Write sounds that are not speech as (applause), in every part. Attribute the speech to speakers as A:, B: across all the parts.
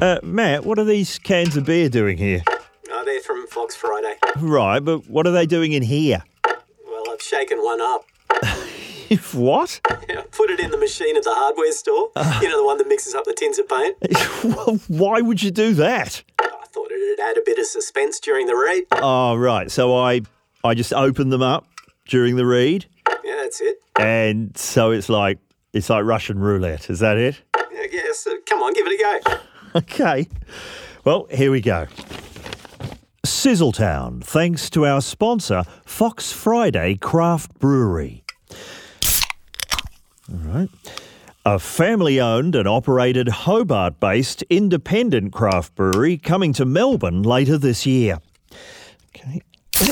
A: Uh, Matt, what are these cans of beer doing here?
B: Oh, they're from Fox Friday.
A: Right, but what are they doing in here? (laughs)
B: Well, I've shaken one up. (laughs)
A: If what? (laughs)
B: I put it in the machine at the hardware store.
A: Ah.
B: You know, the one that mixes up the tins of paint.
A: Why would you do that?
B: I thought it'd add a bit of suspense during the read.
A: Oh, right. So I, I just opened them up during the read,
B: Yeah, that's it.
A: and so it's like it's like Russian roulette. Is that it?
B: I guess. Uh, come on, give it a go.
A: Okay. Well, here we go. Sizzletown, thanks to our sponsor, Fox Friday Craft Brewery. All right. A family owned and operated Hobart based independent craft brewery coming to Melbourne later this year. Okay.
B: That's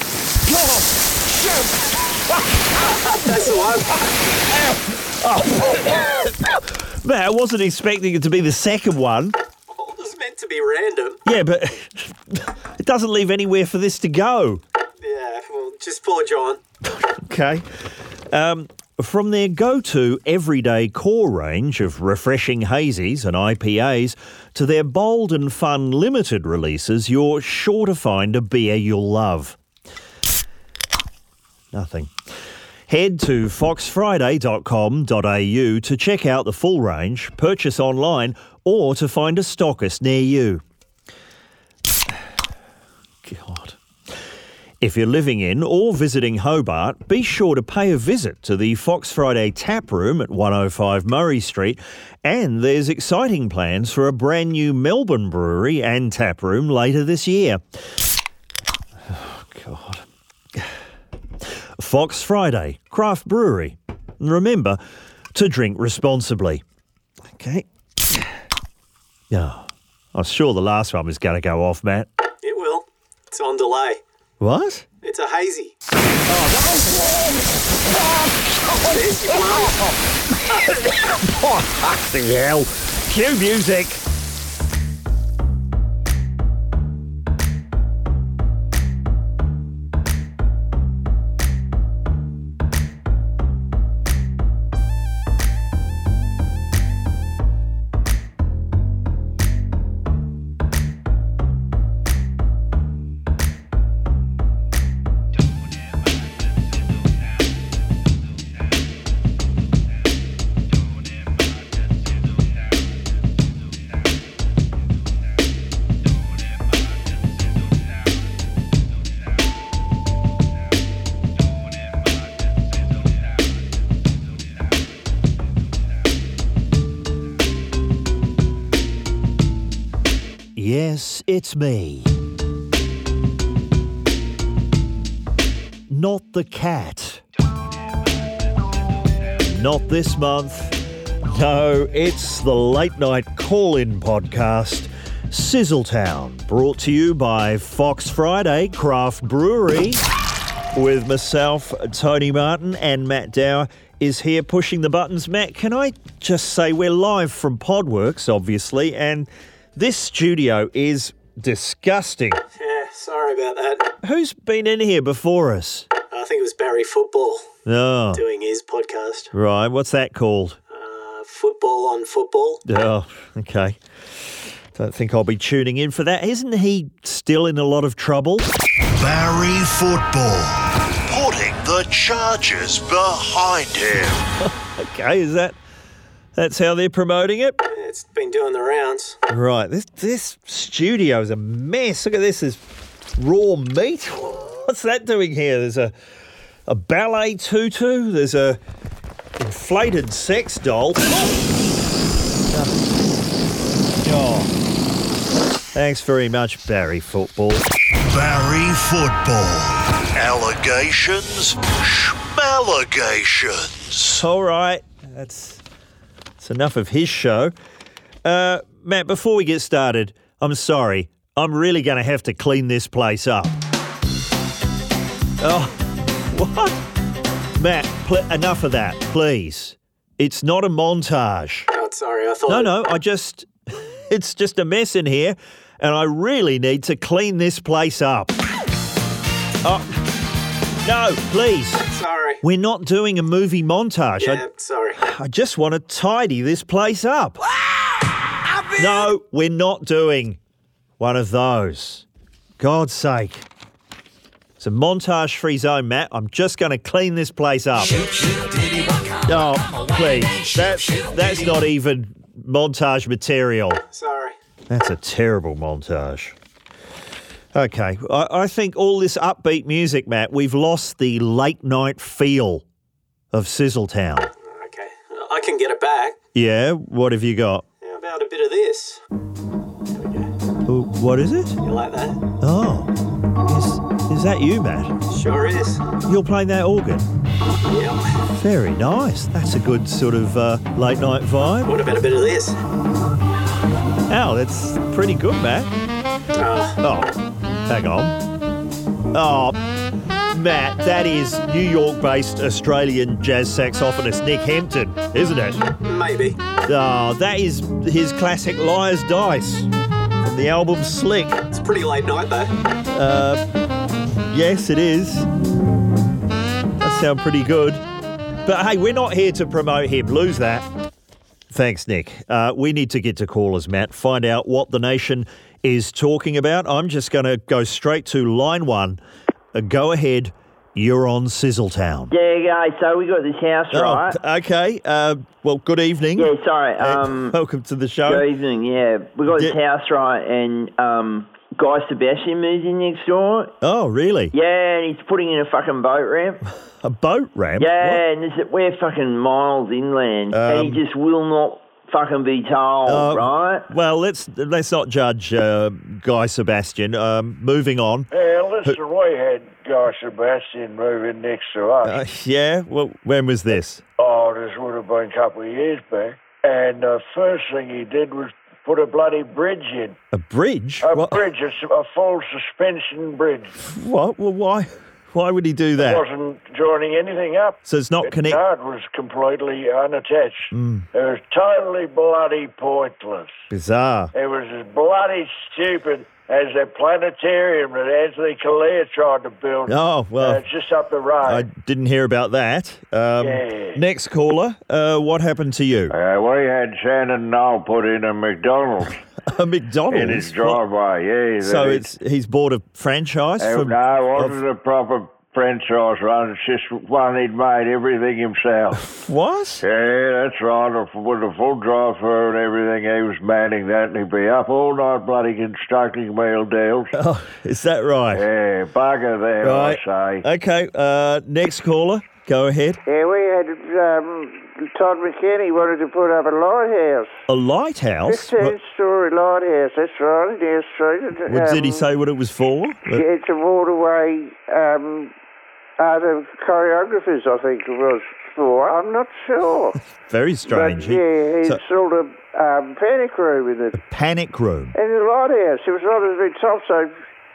B: the one.
A: Man, I wasn't expecting it to be the second one.
B: All Oh, was meant to be random.
A: Yeah, but (laughs) it doesn't leave anywhere for this to go.
B: Yeah, well, just poor John.
A: Okay. Um, from their go to everyday core range of refreshing hazies and IPAs to their bold and fun limited releases, you're sure to find a beer you'll love. Nothing. Head to foxfriday.com.au to check out the full range, purchase online, or to find a stockist near you. (sighs) God. If you're living in or visiting Hobart, be sure to pay a visit to the Fox Friday Tap Room at 105 Murray Street. And there's exciting plans for a brand new Melbourne brewery and tap room later this year. (sighs) Oh, God. (sighs) Fox Friday, craft brewery. And remember to drink responsibly. Okay. (sighs) Yeah. I'm sure the last one was going to go off, Matt.
B: It will. It's on delay.
A: What?
B: It's a hazy. Oh, there's your one.
A: Oh, fucking hell. Cue music. Yes, it's me. Not the cat. Not this month. No, it's the late night call in podcast, Sizzletown, brought to you by Fox Friday Craft Brewery. With myself, Tony Martin, and Matt Dower is here pushing the buttons. Matt, can I just say we're live from Podworks, obviously, and this studio is disgusting.
B: Yeah, sorry about that.
A: Who's been in here before us?
B: I think it was Barry Football
A: Oh,
B: doing his podcast.
A: right. What's that called?
B: Uh, football on football.
A: Oh, okay. Don't think I'll be tuning in for that. Isn't he still in a lot of trouble?
C: Barry Football. Putting the charges behind him.
A: Okay, is that that's how they're promoting it?
B: Yeah, It's been doing the rounds.
A: Right, this this studio is a mess. Look at this, is raw meat. (laughs) What's that doing here? There's a a ballet tutu. There's a inflated sex doll. Oh. Thanks very much, Barry Football.
C: Barry Football. Allegations, schmallegations.
A: All right, that's that's enough of his show. Uh, Matt, before we get started, I'm sorry. I'm really going to have to clean this place up. Oh, (laughs) what? Matt, pl- enough of that, please. It's not a montage.
B: Oh, sorry, I thought.
A: No, no, I just. (laughs) It's just a mess in here, and I really need to clean this place up. Oh, no, please.
B: Sorry.
A: We're not doing a movie montage. I-
B: Yeah, sorry.
A: I just want to tidy this place up.
D: I've
A: No, we're not doing one of those. God's sake. It's a montage free zone, Matt. I'm just going to clean this place up. Oh, please. That's, that's not even montage material.
B: Sorry.
A: That's a terrible montage. Okay, I, I think all this upbeat music, Matt, we've lost the late night feel of Sizzletown.
B: Okay. I can get it back.
A: Yeah, what have you got?
B: How about a bit of this? There we go.
A: Ooh, Oh, What is it?
B: You like that?
A: Oh, is, is that you, Matt?
B: Sure is.
A: You're playing that organ.
B: Yeah.
A: Very nice. That's a good sort of uh, late night vibe.
B: What about a bit of this?
A: Oh, that's pretty good, Matt.
B: Oh,
A: Oh, hang on. Oh, Matt, that is New York based Australian jazz saxophonist Nick Hampton, isn't it?
B: maybe.
A: Oh, that is his classic Liar's Dice from the album Slick.
B: It's pretty late night though.
A: Yes, it is. That sounds pretty good. But hey, we're not here to promote him. Lose that. Thanks, Nick. Uh, we need to get to callers, Matt. Find out what the nation is talking about. I'm just going to go straight to line one. Uh, go ahead. You're on Sizzletown.
D: Yeah, yeah, so we got this house, right?
A: Oh, okay. Uh, well, good evening.
D: Yeah, sorry.
A: Uh, (laughs)
D: Um,
A: Welcome to the show.
D: good evening, yeah. We got this
A: Yeah.
D: house, right, and um, Guy Sebastian moves in next door.
A: Oh, really?
D: Yeah, and he's putting in a fucking boat
A: (laughs)
D: ramp.
A: A boat ramp?
D: Yeah,
A: What? Um,
D: and it's, we're fucking miles inland, and he just will not fucking be told,
A: Uh,
D: right?
A: Well, let's let's not judge uh, Guy Sebastian. Um, moving on.
E: Yeah, listen, we had Guy Sebastian moving next to us.
A: Uh, yeah. Well, when was this?
E: oh, this would have been a couple of years back. And the first thing he did was put a bloody bridge in.
A: A bridge.
E: A
A: what?
E: bridge, a, s- a full suspension bridge.
A: what? Well, why? Why would he do that?
E: wasn't joining anything up.
A: So it's not connected.
E: No, it was completely unattached.
A: Hmm.
E: It was totally bloody pointless.
A: Bizarre.
E: It was as bloody stupid as that planetarium that Anthony Collier tried to build.
A: Oh well,
E: Uh, it's just up the road.
A: I didn't hear about that. Um,
E: Yeah.
A: Next caller. Uh, what happened to you?
E: Uh, we had Shannon Knoll put in
A: (laughs)
E: a McDonald's
A: A
E: in
A: McDonald's.
E: his driveway. Yeah,
A: So
E: that-
A: it's he's bought a franchise
E: Uh,
A: from.
E: no, it wasn't
A: of-
E: a proper French sauce run. It's just one he'd made
A: (laughs)
E: everything himself.
A: what?
E: yeah, that's right. a f- With a full drive-through and everything, he was manning that, and he'd be up all night bloody constructing
A: (laughs)
E: meal deals.
A: Oh, is that right?
E: yeah, bugger them,
A: Right.
E: I say.
A: Okay. Uh, next caller. Go ahead.
F: Yeah, we had um, Todd McKinney wanted to put up a lighthouse,
A: A lighthouse. What,
F: fifteen-story lighthouse. That's right, yes, right.
A: what did he
F: Um,
A: say? What it was for? Uh,
F: It's a waterway um, art of choreographers, I think it was for. I'm not
A: (laughs)
F: sure,
A: Very
F: but
A: strange. He-
F: yeah, he
A: so-
F: installed a um, panic room in it.
A: panic room.
F: And the lighthouse, it was not as big top, so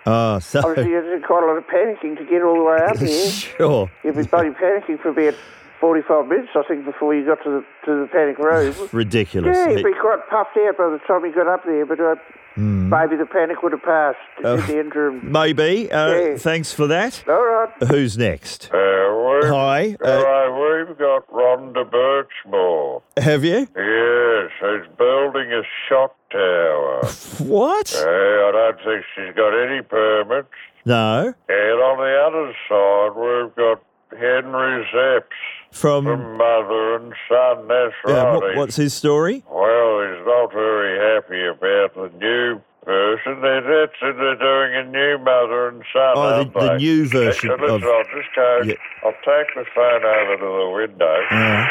A: Ah, so
D: Oh,
A: (laughs)
F: obviously you did quite a lot of panicking to get all the way up here.
A: sure.
F: You'd be bloody panicking for about 45 minutes, I think, before you got to the, to the panic room.
A: (laughs) Ridiculous.
F: Yeah,
A: It-
F: he'd be quite puffed out by the time he got up there, but uh,
A: Mm.
F: maybe the panic would
A: (laughs)
F: have passed
A: Oh.
F: in the interim.
A: Maybe. Uh,
F: Yeah.
A: Thanks for that.
F: All right.
A: Who's next?
E: Uh, we've,
A: Hi. Uh,
E: uh, we've got Rhonda Birchmore.
A: have you?
E: Yes, she's building a shock tower.
A: (laughs) What?
E: Hey, I don't think she's got any permits.
A: No.
E: And on the other side, we've got Henry Zepps
A: From.
E: from Mother and Son. That's
A: Hmm. Yeah,
E: right.
A: what, what's his story?
E: Well, he's not very happy about the new person. They're, that's, they're doing a new Mother and Son.
A: Oh, the-
E: aren't
A: the
E: they?
A: new version
E: Listen,
A: of-
E: I'll just go.
A: Yeah.
E: I'll take the phone over to the window.
A: Uh,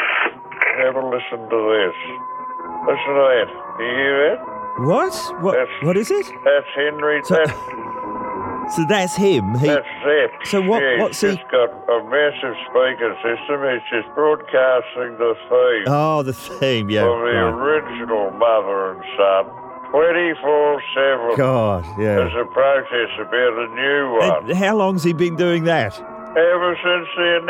E: Have a listen to this. Listen to that. Do you hear that?
A: what? What?
E: That's-
A: What is it?
E: That's Henry.
A: So-
E: that's
A: So that's him. He.
E: That's Zip.
A: So what-
E: Yeah,
A: what's
E: he's
A: he-
E: just got a massive speaker system. It's just broadcasting the theme
A: Oh, the theme. Yeah.
E: of the
A: right.
E: original Mother and Son, twenty four seven.
A: God.
E: As
A: Yeah.
E: a protest about a new one,
A: And how long's he been doing that?
E: ever since the
A: (laughs)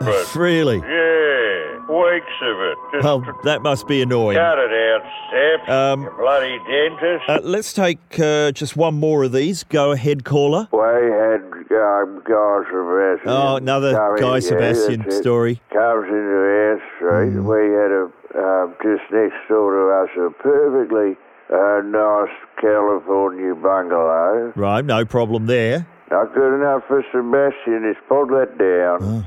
E: announcement.
A: really?
E: yeah, weeks of it. Just
A: Well, that must be annoying.
E: cut it out, Zip.
A: Um,
E: you bloody dentist.
A: Uh, let's take uh, just one more of these. Go ahead, caller.
E: we had um, Guy Sebastian.
A: Oh, another Guy Sebastian story. Mm.
E: comes into our street. We had a um, just next door to us a perfectly
F: a nice California bungalow.
A: Right, no problem there.
F: Not good enough for Sebastian. He's pulled that down.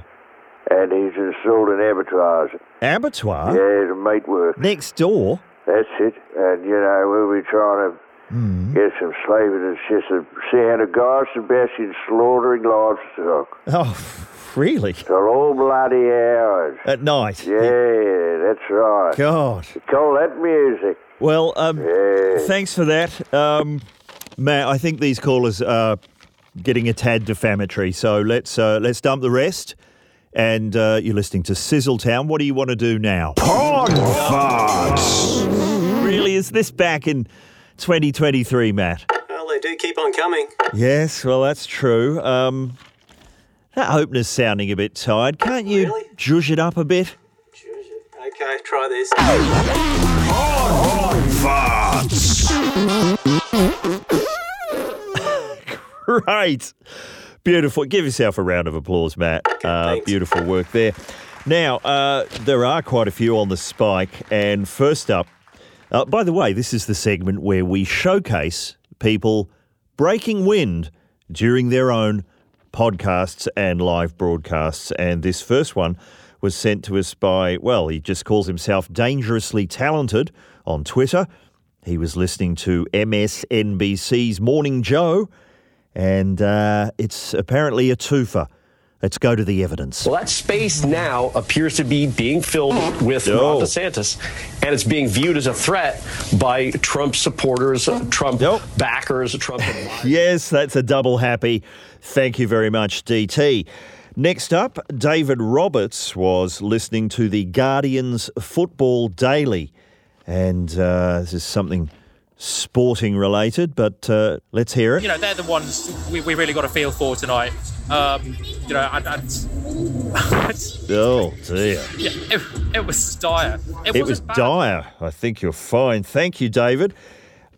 F: And he's installed an abattoir.
A: Abattoir?
F: Yeah, to make work.
A: Next door?
F: That's it. And, you know, we'll be trying to get some slaving. It's just a, see how the guy Sebastian slaughtering livestock.
A: Oh, (laughs) really?
F: For all bloody hours.
A: At night?
F: Yeah, that's right.
A: God.
F: Call that music.
A: Well, um, thanks for that. Um, Matt, I think these callers are getting a tad defamatory, so let's uh, let's dump the rest. And uh, you're listening to Sizzletown. What do you want to do now?
C: Porn farts.
A: Really, is this back in 2023, Matt?
B: Well, they do keep on coming.
A: Yes, well, that's true. Um, that opener's sounding a bit tired. Can't you
B: Really?
A: judge it up a bit?
B: Okay, try this. Oh,
C: Farts.
A: (laughs) Right. Beautiful. Give yourself a round of applause, Matt. Uh,
B: thanks.
A: beautiful work there. Now, uh, there are quite a few on the spike. And first up, uh, by the way, this is the segment where we showcase people breaking wind during their own podcasts and live broadcasts. And this first one was sent to us by, well, he just calls himself Dangerously Talented on Twitter. He was listening to MSNBC's Morning Joe and uh, it's apparently a twofer. Let's go to the evidence.
G: Well, that space now appears to be being filled with
A: No.
G: Ron DeSantis, and it's being viewed as a threat by Trump supporters, Trump
A: Nope.
G: backers, Trump. advisors.
A: Yes, that's a double happy. Thank you very much, DT. Next up, David Roberts was listening to the Guardian's Football Daily, and uh, this is something sporting related, but uh, let's hear
H: you
A: it.
H: know, they're the ones we, we really got a feel for tonight. Um, you know, and, (laughs) and
A: Oh, dear.
H: yeah, it, it was dire. It,
A: It
H: wasn't
A: was
H: bad.
A: dire. I think you're fine. Thank you, David.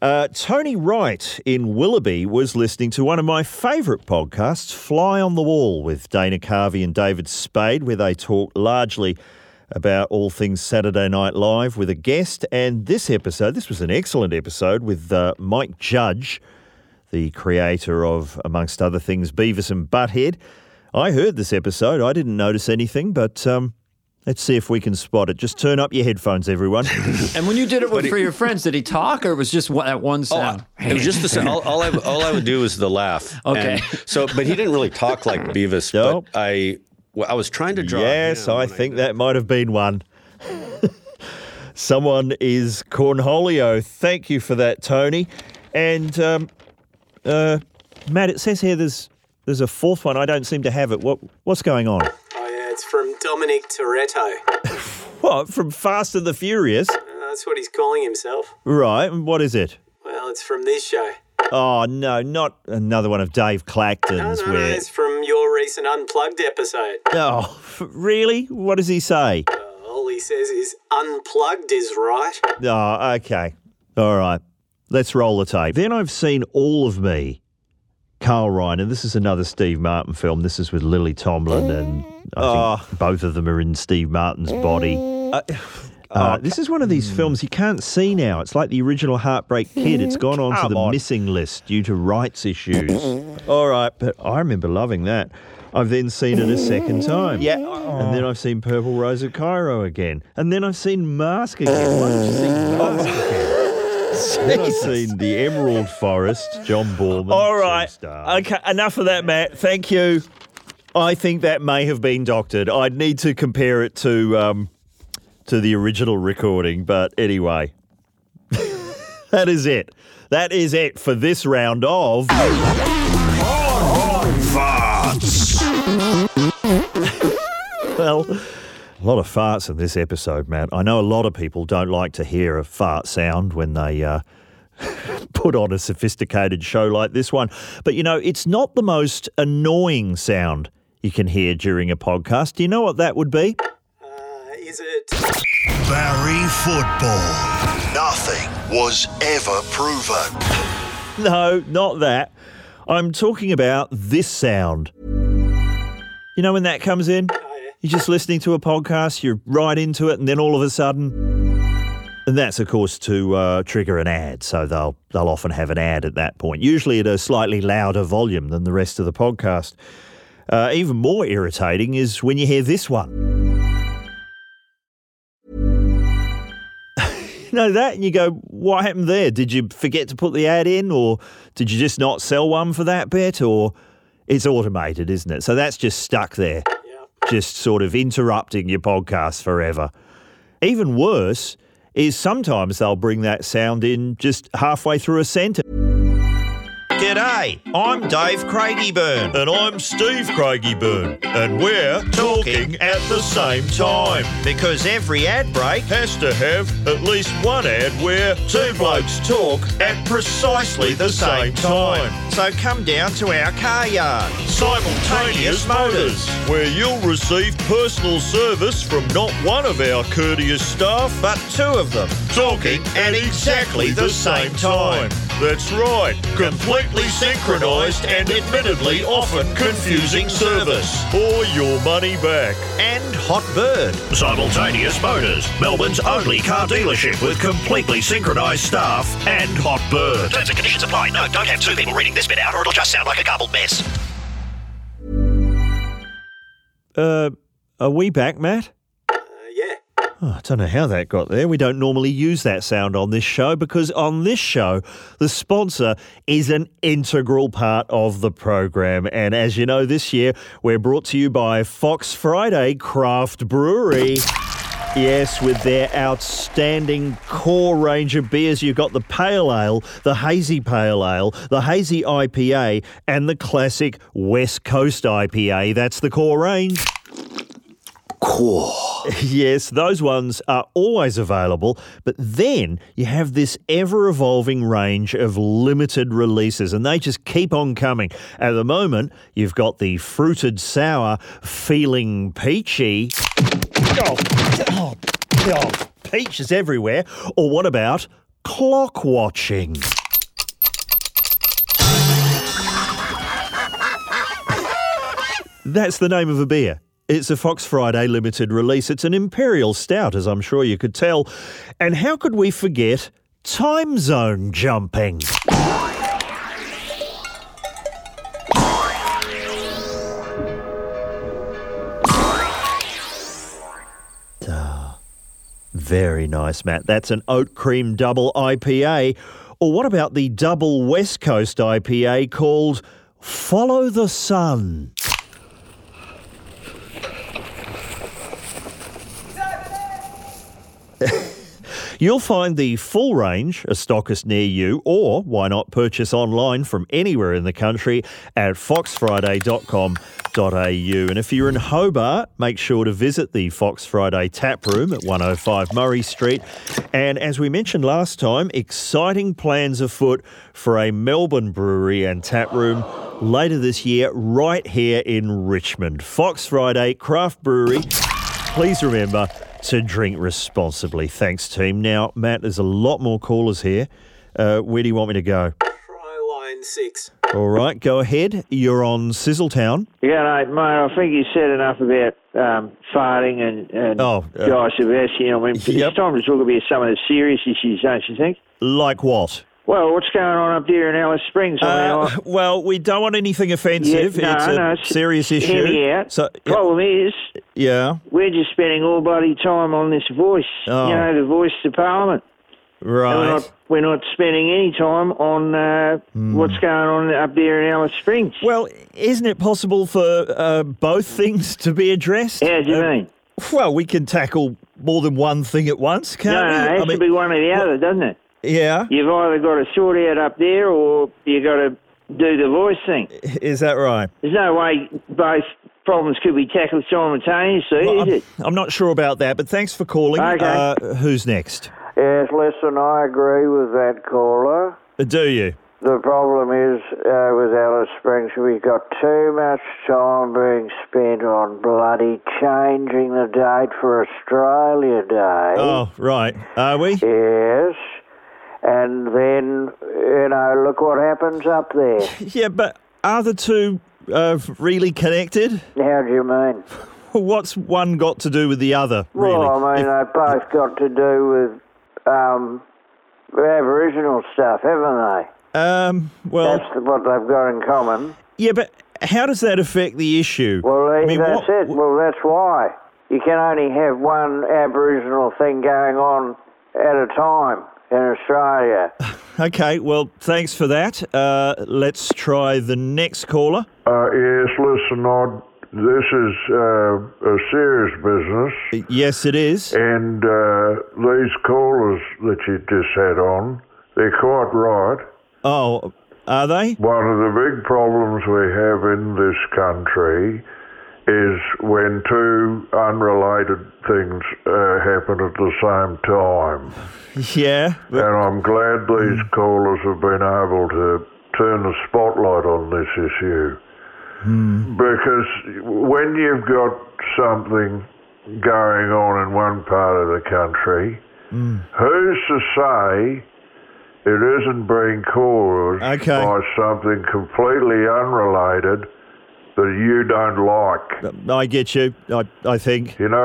A: Uh, Tony Wright in Willoughby was listening to one of my favourite podcasts, Fly on the Wall, with Dana Carvey and David Spade, where they talk largely about all things Saturday Night Live with a guest. And this episode, this was an excellent episode with uh, Mike Judge, the creator of, amongst other things, Beavis and Butthead. I heard this episode. I didn't notice anything, but um, let's see if we can spot it. Just turn up your
B: (laughs)
A: headphones, everyone.
I: And when you did it with, for your friends, did he talk or it was just one, that
A: Oh,
I: one sound?
J: It was just the sound. All, all I all I would do was the
A: (laughs)
J: laugh.
I: Okay.
J: And so, but he didn't really talk like Beavis.
A: No.
J: But I, well, I was trying to draw.
A: yes,
J: him
A: I
J: when
A: think that might have been one. (laughs) Someone is Cornholio. Thank you for that, Tony. And um, uh, Matt, it says here there's there's a fourth one. I don't seem to have it. What what's going on?
B: Oh, yeah, it's from Dominic Toretto.
A: What from Fast and the Furious?
B: Uh, that's what he's calling himself.
A: Right. and What is it?
B: Well, it's from this show.
A: Oh no, not another one of Dave
B: No,
A: Clacton's.
B: no, no,
A: where
B: it's from your recent Unplugged episode.
A: oh (laughs) really? What does he say?
B: All he says is, Unplugged is right.
A: Oh, okay. All right. Let's roll the tape. Then I've seen All of Me, Carl Reiner. This is another Steve Martin film. This is with Lily Tomlin, and I think both of them are in Steve Martin's body. Uh, this is one of these films you can't see now. It's like the original Heartbreak Kid. It's gone onto the missing list due to rights issues. All right, but I remember loving that. I've then seen it a second time. Yeah. And then I've seen Purple Rose of Cairo again. And then I've seen Mask again. Why don't you see Mask again? (laughs) Then I've seen The Emerald Forest, John Borman.
J: All
A: right. Okay, enough of that, Matt. Thank you. I think that may have been doctored. I'd need to compare it to um, to the original recording, but anyway, (laughs) that is it. That is it for this round of.
C: Farts.
A: Well, a lot of farts in this episode, Matt. I know a lot of people don't like to hear a fart sound when they uh, (laughs) put on a sophisticated show like this one, but you know, it's not the most annoying sound you can hear during a podcast. Do you know what that would be?
B: Uh, is it.
C: Barry Football. Nothing was ever proven.
A: (laughs) No, not that. I'm talking about this sound. You know when that comes in? You're just listening to a podcast, you're right into it, and then all of a sudden, And that's, of course, to uh, trigger an ad. So they'll they'll often have an ad at that point, usually at a slightly louder volume than the rest of the podcast. Uh, even more irritating is when you hear this one. you (laughs) know that, and you go, "What happened there? Did you forget to put the ad in, or did you just not sell one for that bit?" Or it's automated, isn't it? So that's just stuck there, just sort of interrupting your podcast forever. Even worse is sometimes they'll bring that sound in just halfway through a sentence. G'day, I'm Dave Craigieburn. And I'm Steve Craigieburn. And we're talking at the same time. Because every ad break has to have at least one ad where two blokes talk at precisely the same time. So come down to our car yard. Simultaneous Motors, where you'll receive personal service from not one of our courteous staff, but two of them, talking at exactly the same time. That's right, completely synchronised and admittedly often confusing service. Or your money back. And Hot Bird.
C: Simultaneous Motors, Melbourne's only car dealership with completely synchronised staff and hot bird. Terms and conditions apply. No, don't have two people reading this bit out or it'll just sound like a garbled mess.
A: Uh, are we back, Matt? Uh, yeah. I don't know how that got there. We don't normally use that sound on this show because on this show, the sponsor is an integral part of the program. And as you know, this year we're brought to you by Fox Friday Craft Brewery. Yes, with their outstanding core range of beers, you've got the Pale Ale, the Hazy Pale Ale, the Hazy IPA, and the classic West Coast IPA. That's the core range. Core. (laughs) Yes, those ones are always available, but then you have this ever evolving range of limited releases, and they just keep on coming. At the moment, you've got the fruited sour feeling peachy. Oh, oh, oh, peaches everywhere. Or what about clock watching? That's the name of a beer. It's a Fox Friday limited release. It's an imperial stout, as I'm sure you could tell. And how could we forget time zone jumping? Ah, Very nice, Matt. That's an oat cream double IPA. Or what about the double West Coast IPA called Follow the Sun? You'll find the full range a stockist near you, or why not purchase online from anywhere in the country at foxfriday.com.au. And if you're in Hobart, make sure to visit the Fox Friday tap room at 105 Murray Street. And as we mentioned last time, exciting plans afoot for a Melbourne brewery and tap room later this year, right here in Richmond. Fox Friday Craft Brewery. Please remember to drink responsibly. Thanks, team. Now, Matt, there's a lot more callers here. Uh, where do you want me to go?
B: Line six.
A: All right, go ahead. You're on Sizzletown.
D: Yeah, no, mate, I think you said enough about um, farting and, and
A: Oh, uh,
D: Guy Sebastian. I mean, it's time to talk about some of the serious issues, don't you think?
A: Like what?
D: Well, what's going on up there in Alice Springs? I mean, I-
A: Uh, well, we don't want anything offensive.
D: Yeah, no,
A: it's a
D: no, it's-
A: serious issue.
D: Hear me out.
A: So,
D: Problem is,
A: yeah,
D: we're just spending all bloody time on this voice.
A: Oh.
D: You know, the voice to Parliament. And We're
A: right.
D: not, we're not spending any time on uh, what's going on up there in Alice Springs.
A: Hmm. Well, isn't it possible for uh, both things to be addressed?
D: How do you mean?
A: Well, we can tackle more than one thing at once, can't
D: no,
A: we?
D: no, it
A: I
D: has
A: mean-
D: to be one or the other, doesn't it?
A: yeah,
D: You've either got to sort out up there or you got to do the voice thing.
A: is that right?
D: There's no way both problems could be tackled simultaneously,
A: Well,
D: is
A: I'm,
D: it?
A: I'm not sure about that, but thanks for calling.
D: Okay.
A: Uh, who's next?
F: Yes, listen, I agree with that caller.
A: Uh, Do you?
F: The problem is uh, with Alice Springs, we got too much time being spent on bloody changing the date for Australia Day.
A: Oh, right. Are we?
F: Yes. And then, you know, look what happens up
A: (laughs)
F: there.
A: Yeah, but are the two uh, really connected?
F: How do you mean?
A: What's one got to do with the other, really?
D: uh,
F: Well, I mean, they both got to do with
D: um, Aboriginal stuff, haven't
A: they? Um, well,
D: that's what they've got in common.
A: Yeah, but how does that affect the issue?
D: Well, they, that's it. Well, that's why you can only have one Aboriginal thing going on at a time in Australia.
A: Okay, well, thanks for that. Uh, let's try the next caller.
K: Uh, yes, listen, I, this is uh, a serious business.
A: Yes, it is.
K: And uh, these callers that you just had on, they're quite right.
A: Oh, are they?
K: One of the big problems we have in this country is when two unrelated things uh, happen at the same time.
A: Yeah.
K: And I'm glad these callers have been able to turn the spotlight on this issue. Because when you've got something going on in one part of the country, who's to say it isn't being caused
A: Okay.
K: by something completely unrelated that you don't like?
A: I get you, I, I think.
K: You know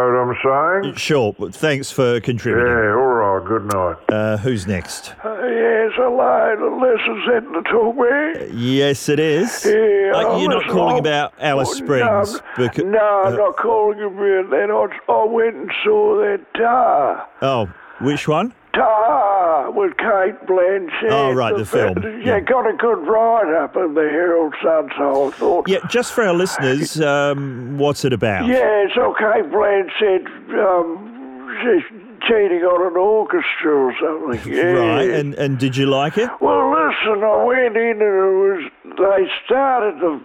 K: what I'm saying?
A: Sure, well, thanks for contributing.
K: Yeah, all right, good night.
A: Uh, who's next?
L: Uh, yes, hello. This is Edna Tobey.
A: Yes, it is.
L: Yeah,
A: Uh, you're not
L: listen,
A: calling
L: I'm-
A: about Alice Springs. uh, becau-
L: Oh, No, I'm not calling you about that. I, I went and saw that tar.
A: Oh, which one?
L: Tar with Kate Blanchett.
A: Oh, right, the film,
L: Yeah, got a good write up in the Herald Sun, so I thought.
A: Yeah, just for our listeners, um, what's it about?
L: Yeah, it's okay. Blanchett, um, she's cheating on an orchestra or something. Yeah.
A: (laughs) Right, and, and did you like it?
L: Well, listen, I went in and it was, they started the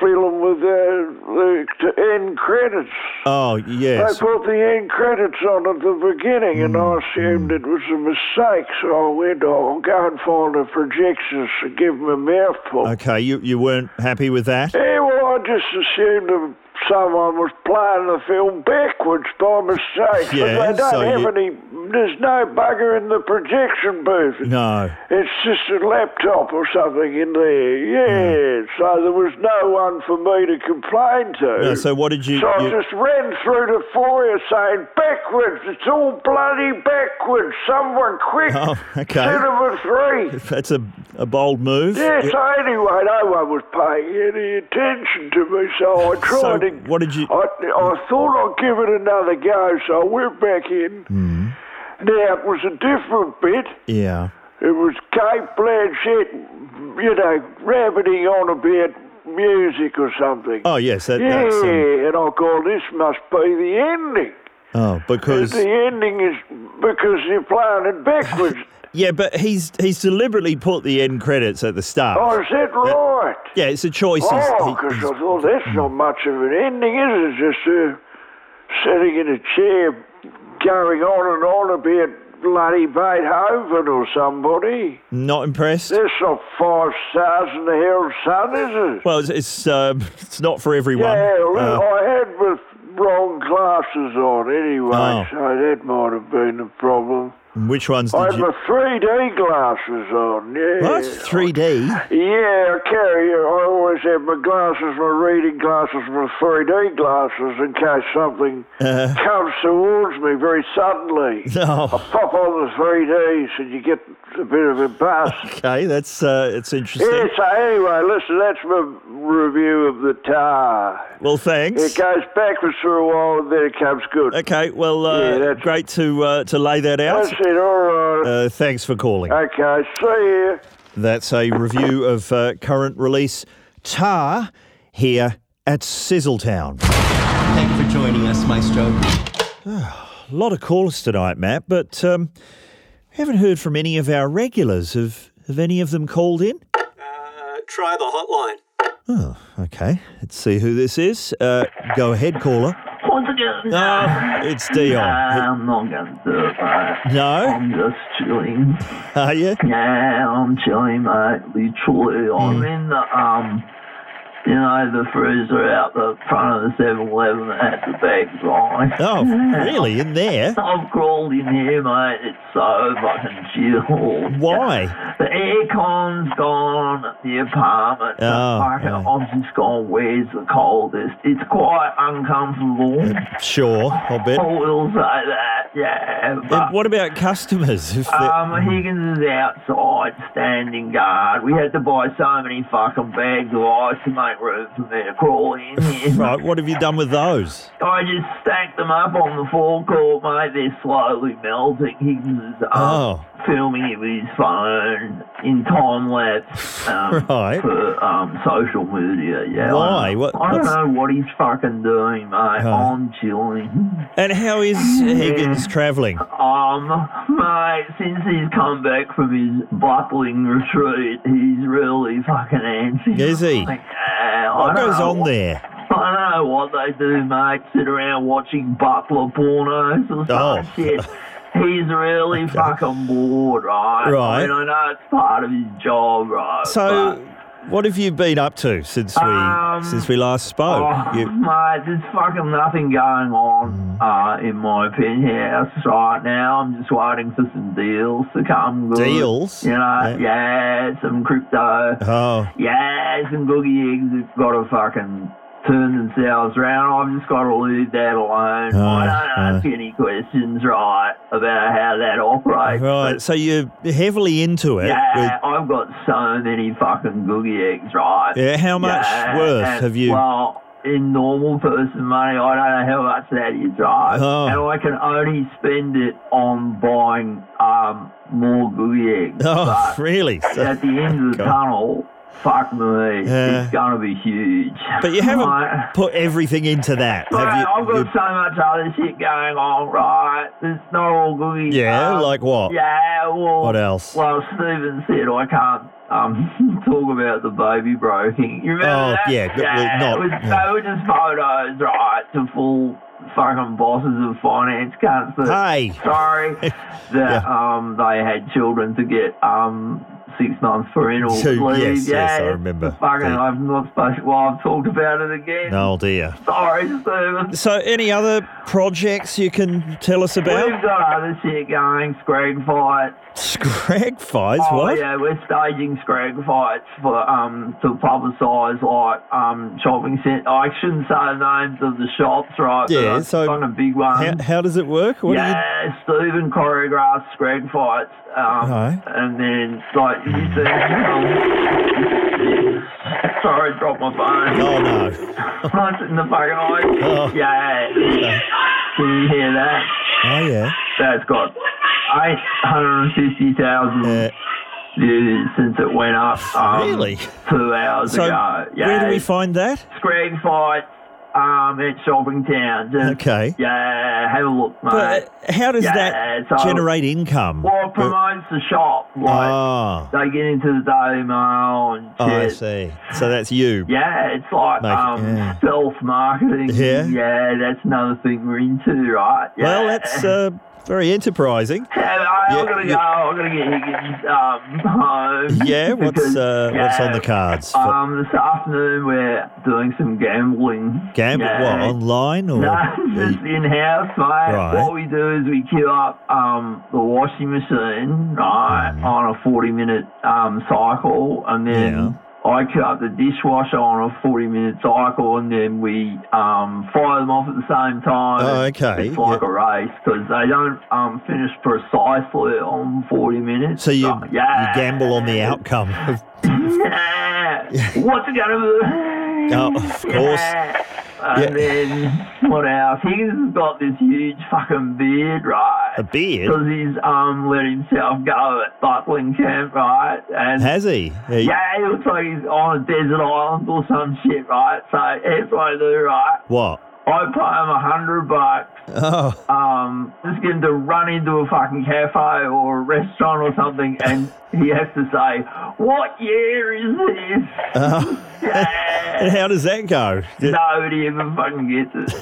L: film with the, the t- end credits.
A: Oh, yes. Mm.
L: They put the end credits on at the beginning, and I assumed it was a mistake, so I went, oh, I'll go and find the projections and give them a mouthful.
A: Okay, you, you weren't happy with that?
L: Yeah, well, I just assumed that someone was playing the film backwards by mistake.
A: Yeah,
L: but they don't
A: so
L: have
A: you-
L: any, there's no bugger in the projection booth.
A: No.
L: It's just a laptop or something in there. Yeah.
A: Mm.
L: So there was no one for me to complain to.
A: No, so what did you-
L: So
A: you-
L: I just ran through the foyer saying, backwards, it's all bloody backwards. Someone quick.
A: Oh, okay.
L: Cinema three.
A: That's a, a bold move.
L: Yeah, so anyway, no one was paying any attention to me, so I tried to
A: (laughs) So what did you?
L: I, I thought I'd give it another go, so I went back in.
A: Mm.
L: Now, it was a different bit.
A: Yeah.
L: It was Kate Blanchett, you know, rabbiting on about music or something.
A: Oh yes, that,
L: yeah,
A: that's um,
L: and I go, this must be the ending.
A: oh because
L: The ending is because you're playing it backwards.
A: yeah, but he's he's deliberately put the end credits at the start.
L: oh, is that right?
A: yeah, it's a choice. he's-
L: Oh,
A: he-
L: because I thought that's not much of an ending, is it? Just uh, sitting in a chair, going on and on about bloody Beethoven or somebody.
A: not impressed.
L: That's not five stars in the Herald Sun, is it?
A: Well, it's it's, um, (laughs) it's not for everyone.
L: yeah,
A: Uh,
L: well, I had with wrong glasses on anyway,
A: Oh.
L: so that might have been the problem.
A: which ones
L: I
A: did
L: had
A: you?
L: my 3D glasses on, yeah.
A: (laughs) What? 3D?
L: Yeah, I carry. I always have my glasses, my reading glasses, my 3D glasses in case something
A: Uh.
L: comes towards me very suddenly.
A: (laughs) No.
L: I pop on the 3Ds and you get a bit of a buzz.
A: Okay, that's uh, it's interesting.
L: yeah, so
M: uh,
L: anyway, listen, that's my review of the tar.
A: Well, thanks.
L: It goes backwards for a while and then it comes good.
A: Okay, well, uh,
L: Yeah, that's-
A: great to uh, to lay that out.
L: That's it, all right.
A: Uh, thanks for calling.
L: okay, see you.
A: That's a review of uh, current release Tar here at Sizzletown.
N: Thank you for joining us, Maestro.
A: A lot of callers tonight, Matt, but um, we haven't heard from any of our regulars. Have, have any of them called in?
B: Uh, try the hotline.
A: Oh, okay. Let's see who this is. Uh, go ahead, caller.
O: Once again.
A: Ah, it's Dion.
O: I'm not going to that.
A: No?
O: I'm just chilling.
A: Are you?
O: Yeah, I'm chilling, Um, mate. Literally, I'm in the, um, you know, the freezer out the front of the 7-Eleven that had the bags on. (laughs)
A: Oh, really? In there?
O: I've crawled in here, mate. It's so fucking chilled.
A: Why?
O: The aircon's gone at the apartment.
A: Oh,
O: the fucking, I've just gone, where's the coldest? It's quite uncomfortable.
A: Sure, I'll bet.
O: I will say that. yeah.
A: And what about customers? If they're-
O: Um, Higgins is outside standing guard. We had to buy so many fucking bags of ice to make room for me to crawl in
A: (laughs)
O: here.
A: right, what have you done with those?
O: I just stacked them up on the forecourt, mate. They're slowly melting. Higgins is um,
A: Oh.
O: filming it with his phone in time lapse um,
A: (laughs) Right.
O: for um, social media. Yeah.
A: Why?
O: I,
A: What-
O: I don't
A: what's-
O: know what he's fucking doing, mate.
A: Oh.
O: I'm chilling.
A: And how is
O: Hmm.
A: Higgins travelling?
O: Um, mate, since he's come back from his buckling retreat, he's really fucking antsy.
A: Is he?
O: Like, uh, I
A: What
O: don't
A: goes
O: know
A: on there?
O: I don't know what they do, mate. Sit around watching butler pornos or some
A: Oh.
O: shit. He's really fucking bored, right?
A: Right.
O: I mean, I know it's part of his job, right?
A: So, what have you been up to since we since we last spoke?
O: Um, Oh,
A: You- Mm.
O: mate, there's fucking nothing going on, uh, in my penthouse right now. I'm just waiting for some deals to come good.
A: Deals?
O: You know, yeah, some crypto.
A: Oh.
O: Yeah, some boogie eggs have got to fucking turn themselves around. I've just got to leave that alone. I don't
A: Oh,
O: ask any questions, right, about how
A: (laughs)
O: that operates.
A: right, so you're heavily into it.
O: Yeah,
A: with-
O: I've got so many fucking googie eggs, right?
A: Yeah, how much worth
O: and-
A: have you-
O: Well, in normal person money, I don't know how much that is, right?
A: Oh.
O: And I can only spend it on buying um, more googie eggs.
A: (laughs) oh,
O: But
A: really? So-
O: at the end of the
A: (laughs) God.
O: tunnel, fuck me,
A: Yeah.
O: it's going to be huge.
A: But you
O: Right?
A: haven't put everything into that, have
O: Mate,
A: you?
O: I've got so much other shit going on, right? It's not all good.
A: Yeah,
O: um,
A: like what?
O: Yeah, well.
A: What else?
O: Well, Stephen said I can't um, (laughs) (laughs) talk about the baby broking. You remember
A: Oh,
O: that?
A: yeah, but- well, not-
O: it was,
A: yeah.
O: They were just photos, right, to full fucking bosses of finance cunts that,
A: Hey.
O: sorry, that um, they had children to get um, six months parental
A: So,
O: leave.
A: yes, yes,
O: yeah,
A: I
O: it's
A: remember.
O: Fucking,
A: Yeah.
O: I'm not supposed. Well, I've talked about it again.
A: Oh dear.
O: Sorry, Stephen.
A: So, any other projects you can tell us
O: We've
A: about?
O: got other shit going, Scrag Fight.
A: Scrag fights?
O: oh,
A: what?
O: yeah, we're staging Scrag Fights for, um, to publicise, like, um, shopping centre. I shouldn't say the names of the shops, right?
A: Yeah,
O: but
A: so-
O: On a big one.
A: How, how does it work? What do you?
O: um, yeah, Stephen choreographed Scrag Fights. Um,
A: Right.
O: And then, like, you see. Um, sorry, I dropped my
A: (laughs)
O: phone.
A: Oh no.
O: Punch it in the fucking eye. Yeah. Can you hear that?
A: Oh yeah.
O: That's got 850,000
A: Uh,
O: views since it went up. Um,
A: Really?
O: Two hours
A: So
O: ago. uh, Yeah.
A: where do we find that?
O: Scrag Fight um, at Shopping Town. Just-
A: Okay.
O: Yeah, have a look, mate.
A: But uh, how does
O: Yeah,
A: that
O: so-
A: generate income?
O: Well, it promotes the shop. Like,
A: Ah.
O: they get into the Daily Mail and shit.
A: Oh, I see. So that's you.
O: Yeah, it's like
A: Make-
O: um,
A: yeah.
O: self marketing.
A: Yeah.
O: that's another thing we're into, right? Yeah.
A: Well, that's
O: (laughs)
A: uh, very enterprising.
O: Yeah, I, I'm gonna
A: yeah.
O: go. I'm gonna get Higgins um,
A: (laughs)
O: home. (laughs)
A: Yeah, what's
O: because,
A: uh, what's on the
O: yeah,
A: cards? For
O: Um, this afternoon we're doing some gambling.
A: gamble?
O: Yeah.
A: What online or?
O: No, (laughs) just in house, mate.
A: Right.
O: What we do is we queue up um, the washing machine, right, on a 40 minute um, cycle, and then I queue up the dishwasher on a 40 minute cycle, and then we um, fire them off at the same time.
A: Oh, okay,
O: It's like a race because they don't um, finish precisely on 40 minutes.
A: So you,
O: yeah.
A: you gamble on the outcome. of-
O: Yeah. What's it gonna (laughs) be?
A: Oh, of course.
O: Yeah.
A: Yeah.
O: And then what else? Higgins has got this huge fucking beard, right?
A: A beard?
O: Because he's um let himself go at buckling camp, right? And
A: Has he? Yeah, you-
O: yeah, he looks like he's on a desert island or some shit, right? So here's what I do, right?
A: What?
O: I pay him a hundred bucks.
A: Oh,
O: Um, just get him to run into a fucking cafe or a restaurant or something, and he has to say, "What year is this?"
A: oh. and how does that go?
O: Nobody ever fucking gets it.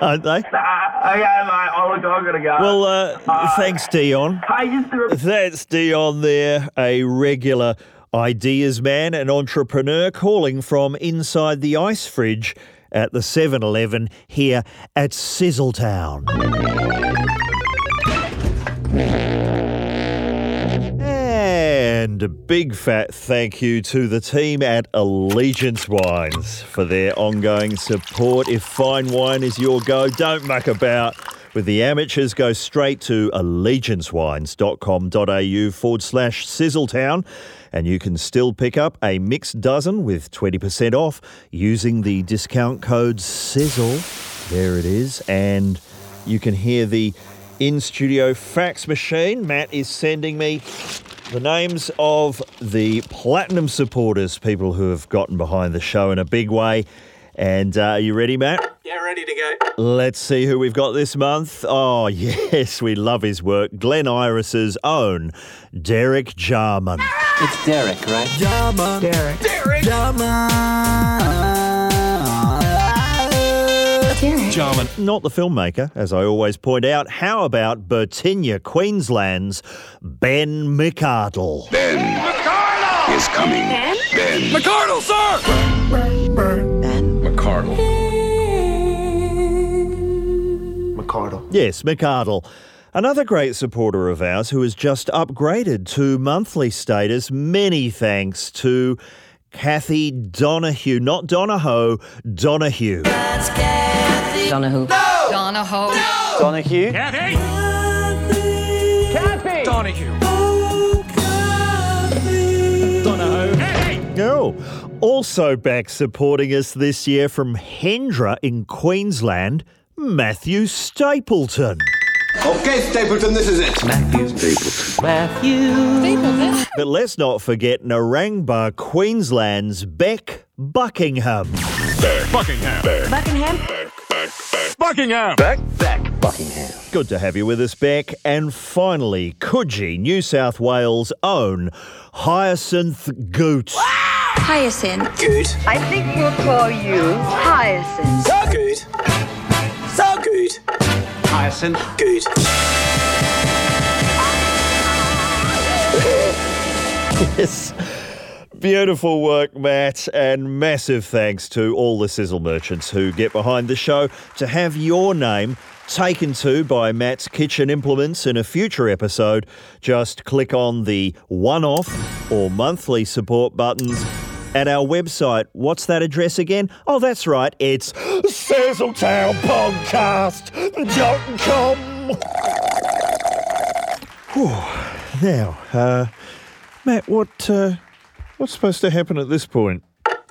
A: (laughs) Don't they?
O: Ah, okay, mate. I look, I gotta go.
A: Well, uh, thanks, Dion.
O: hey, just a
A: That's Dion there, a regular ideas man and entrepreneur calling from inside the ice fridge at the 7 Eleven here at Sizzletown. And a big fat thank you to the team at Allegiance Wines for their ongoing support. If fine wine is your go, don't muck about. With the amateurs, go straight to allegiancewines.com.au forward slash sizzletown, and you can still pick up a mixed dozen with 20% off using the discount code SIZZLE. There it is. And you can hear the in studio fax machine. Matt is sending me the names of the platinum supporters, people who have gotten behind the show in a big way. And uh, are you ready, Matt?
B: Yeah, ready to go.
A: Let's see who we've got this month. Oh, (laughs) yes, we love his work. Glen Iris's own Derek Jarman.
P: It's Derek, right?
Q: Jarman.
P: Derek.
Q: Derek. Jarman.
P: Derek.
A: Jarman. Not the filmmaker, as I always point out. How about Bertinia, Queensland's Ben McArdle?
Q: Ben McArdle is coming. Ben? Ben.
R: McArdle, sir!
Q: Ben. Ben.
R: McArdle.
P: McArdle.
A: Yes, McArdle. Another great supporter of ours who has just upgraded to monthly status. Many thanks to Kathy Donahue, not Donahoe, Donahue.
S: Donahue.
Q: No!
S: Donahoe.
P: Donahue.
H: Kathy!
P: Kathy!
H: Donahue.
P: Donahue.
A: No. Also back supporting us this year from Hendra in Queensland, Matthew Stapleton.
Q: Okay, Stapleton, this is it. Matthew. Stapleton. Matthew.
A: But let's not forget Narangba, Queensland's Beck Buckingham.
R: Beck. Buckingham. Beck.
S: Buckingham.
R: Beck. Beck. Beck. Buckingham.
P: Beck. Beck. Buckingham.
A: Good to have you with us, Beck. And finally, Coogee, New South Wales' own Hyacinth Goot.
T: Hyacinth.
B: Good.
T: I think we'll call you Hyacinth.
B: So good. So good.
P: Hyacinth.
B: Good.
A: yes. Beautiful work, Matt, and massive thanks to all the sizzle merchants who get behind the show. To have your name taken to by Matt's kitchen implements in a future episode, just click on the one off or monthly support buttons at our website. What's that address again? Oh, that's right, it's sizzletownpodcast.com. Whew. Now, uh, Matt, what uh, what's supposed to happen at this point?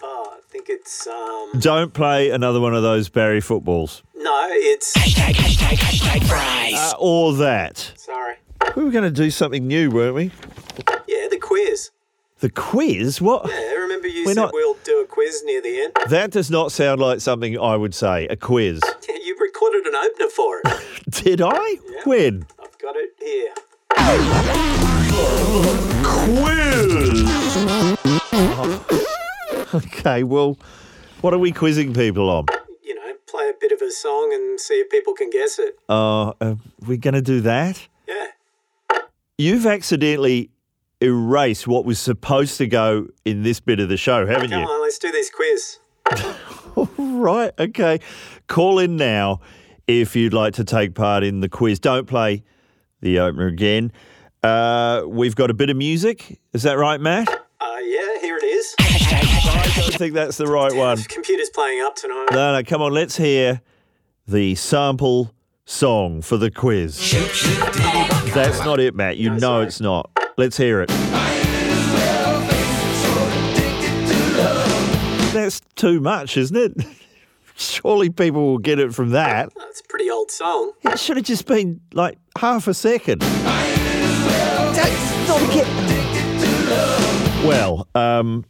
B: Oh, I think it's um.
A: Don't play another one of those Barry footballs.
B: No, it's hashtag hashtag hashtag fries.
A: Uh, or that.
B: Sorry.
A: We were going to do something new, weren't we?
B: Yeah, the quiz.
A: The quiz? What?
B: Yeah, I remember you
A: We're
B: said
A: not-
B: we'll do a quiz near the end. (laughs)
A: That does not sound like something I would say. A quiz.
B: Yeah, you recorded an opener for it.
A: Did I? When?
B: I've got it here.
A: Okay, well, what are we quizzing people on?
B: You know, play a bit of a song and see if people can guess it.
A: Uh, uh, we're going to do that?
B: Yeah.
A: You've accidentally erased what was supposed to go in this bit of the show, haven't
B: Come
A: you?
B: on, let's do this quiz.
A: Right, okay. Call in now if you'd like to take part in the quiz. Don't play the opener again. Uh, we've got a bit of music. Is that right, Matt?
B: Uh, yeah, here it is.
A: I don't think that's the right one.
B: Computer's playing up tonight.
A: No, no, come on, let's hear the sample song for the quiz. That's not it, Matt. You know it's not. Let's hear it. That's too much, isn't it? (laughs) Surely people will get it from that.
B: That's a pretty old song.
A: It should have just been like half a second. Well, um,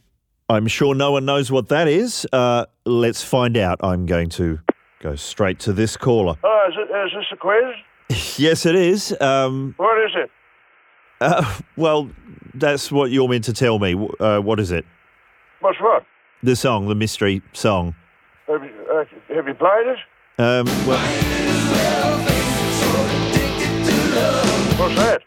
A: I'm sure no one knows what that is. Uh, let's find out. I'm going to go straight to this caller.
E: Oh, is, it, is this a
A: (laughs)
E: quiz?
A: Yes, it is. Um,
E: What is it?
A: uh, well, that's what you're meant to tell me. W- Uh, what is it?
E: What's what?
A: The song, the mystery song.
E: Have you, uh, have you played it?
A: Um, well,
E: What's that?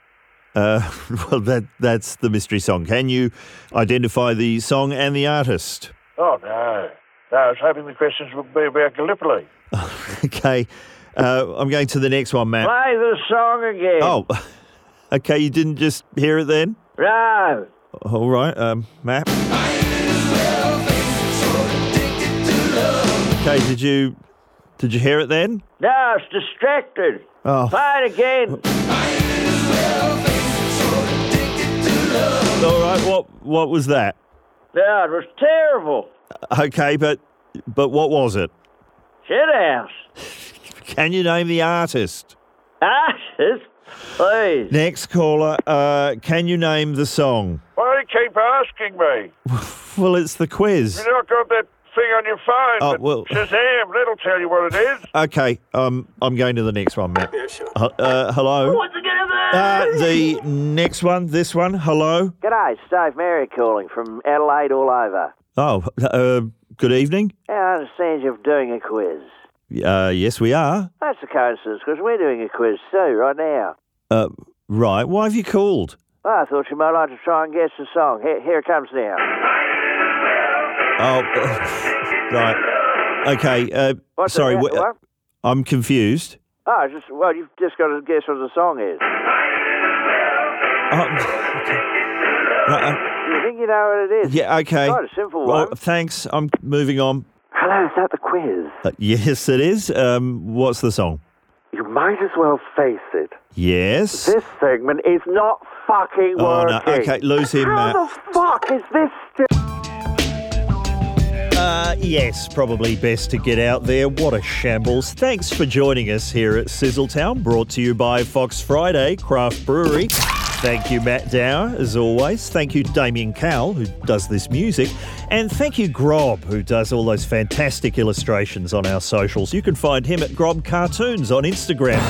A: uh, (laughs) well, that that's the mystery song. Can you identify the song and the artist?
E: Oh, no. No, I was hoping the questions would be about Gallipoli.
A: (laughs) okay, uh, I'm going to the next one, Matt. (laughs)
D: Play the song again.
A: Oh, okay. You didn't just hear it then?
D: No.
A: All right, um, Matt. Okay, did you did you hear it then?
D: No, I was distracted.
A: Oh.
D: Play it again.
A: All right, what what was that?
D: No, it was terrible.
A: Okay, but but what was it?
D: Shit house.
A: Can you name the artist?
D: Ashes, please.
A: Next caller, uh, can you name the song?
M: Why do you keep asking me?
A: Well, it's the quiz.
M: You've not got that thing on your phone.
A: Oh,
M: but
A: well-
M: Shazam, that'll tell you what it
D: (laughs)
M: is.
A: Okay, um, I'm going to the next one, Matt. Uh, uh, hello. Uh, the next one, this one, hello.
D: G'day, Stave Mary calling from Adelaide all over.
A: Oh, uh, good evening.
D: I understand you're doing a quiz.
A: Uh, yes, we are.
D: That's a coincidence because we're doing a quiz too right now.
A: Uh, right, why have you called?
D: Well, Ah, I thought you might like to try and guess the song. Here, here it comes now.
A: Oh, (laughs) right. Okay, uh,
D: What's
A: sorry,
D: it,
A: wh-
D: what?
A: I'm confused.
D: Oh, just well, you've just got to guess what the song is.
A: Oh, Right, uh,
D: You think you know what it is?
A: yeah, okay.
D: Quite a simple
A: Well,
D: one.
A: thanks, I'm moving on.
U: Hello, is that the quiz?
A: Uh, yes, it is. Um, what's the song?
U: You might as well face it.
A: Yes.
U: This segment is not fucking
A: Oh, no.
U: working.
A: Okay, lose him,
U: How
A: Matt.
U: the fuck is this still?
A: Uh, yes, probably best to get out there. What a shambles. Thanks for joining us here at Sizzletown, brought to you by Fox Friday Craft Brewery. Thank you, Matt Dower, as always. Thank you, Damien Cowell, who does this music. And thank you, Grob, who does all those fantastic illustrations on our socials. You can find him at Grob Cartoons on Instagram.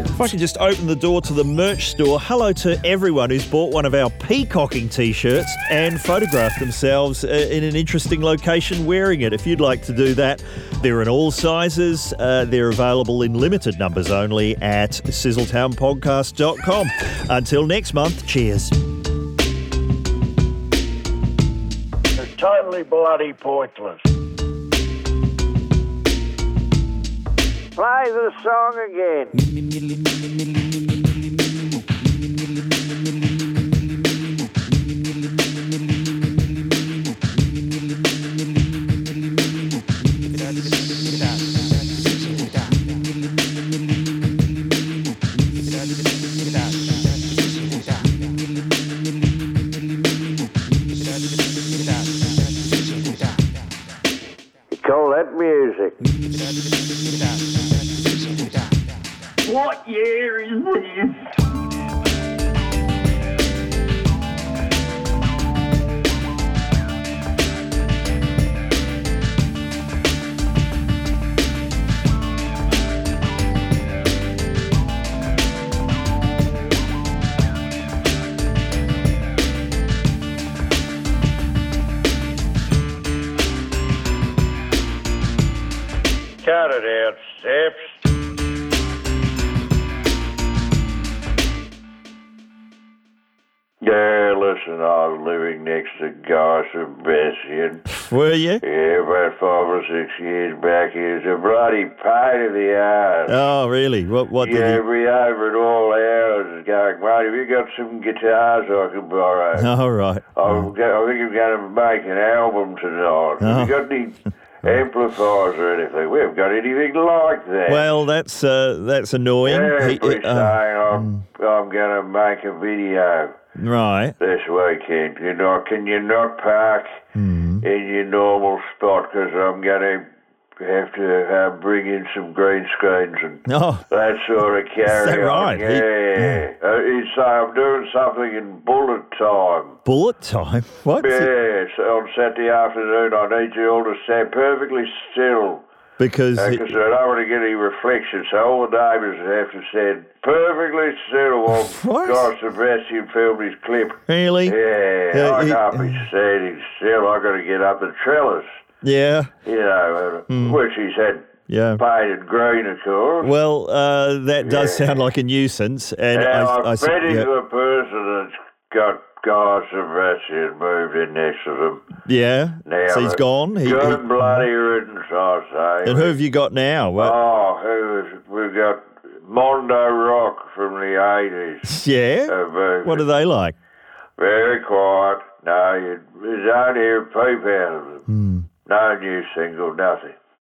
A: If I could just open the door to the merch store, hello to everyone who's bought one of our peacocking t shirts and photographed themselves uh, in an interesting location wearing it. If you'd like to do that, they're in all sizes. Uh, they're available in limited numbers only at sizzletownpodcast.com. Until next month, cheers.
M: It's totally bloody pointless.
D: Play the song again. You call that music?
O: What year is this?
M: Cut it out, Steps. Yeah, listen, I was living next to Guy Sebastian.
A: Were you?
M: Yeah, about five or six years back, he was a bloody pain in the ass.
A: Oh, really? What, what
M: yeah,
A: did
M: every over at all hours is going, mate, have you got some guitars I can
A: (laughs)
M: borrow?
A: he. All right.
M: I'm go- I think I'm going to make an album tonight. Have you got
A: (laughs)
M: any amplifiers or anything? We haven't got anything like that.
A: Well, that's uh, that's annoying. He-
M: Every
A: uh, mm.
M: saying I'm, I'm going to make a video
A: right.
M: this weekend. You know, can you not park in your normal spot? Because I'm going to have to uh, bring in some green screens and
A: Oh,
M: that sort of carry on.
A: right? He-
M: Yeah. Uh, he's saying I'm doing something in bullet time.
A: bullet time? What?
M: Yes, on Saturday afternoon, I need you all to stand perfectly still
A: Because.
M: because
A: he-
M: I don't want to get any reflection. So all the neighbours have to stand perfectly still while
A: What?
M: Guy Sebastian filmed his clip.
A: Really?
M: Yeah,
A: Yeah,
M: I
A: he-
M: can't be standing still. i got to get up the trellis,
A: yeah.
M: you know, uh,
A: Hmm.
M: which he's had
A: Yeah.
M: painted green, of course.
A: Well, uh, that does
M: Yeah.
A: sound like a nuisance, and
M: And
A: I, I,
M: I,
A: s-
M: bet he's
A: yeah,
M: the person that's got Guy Sebastian moved in next to them.
A: yeah.
M: Now,
A: so he's
M: uh,
A: gone. He- he-
M: good bloody riddance, I say.
A: and who have you got now? What?
M: Oh, who is, we've got Mondo Rock from the 80s.
A: yeah.
M: Uh, but-
A: What are they like?
M: Very quiet. No, you, there's only a peep out of them. No new single, nothing.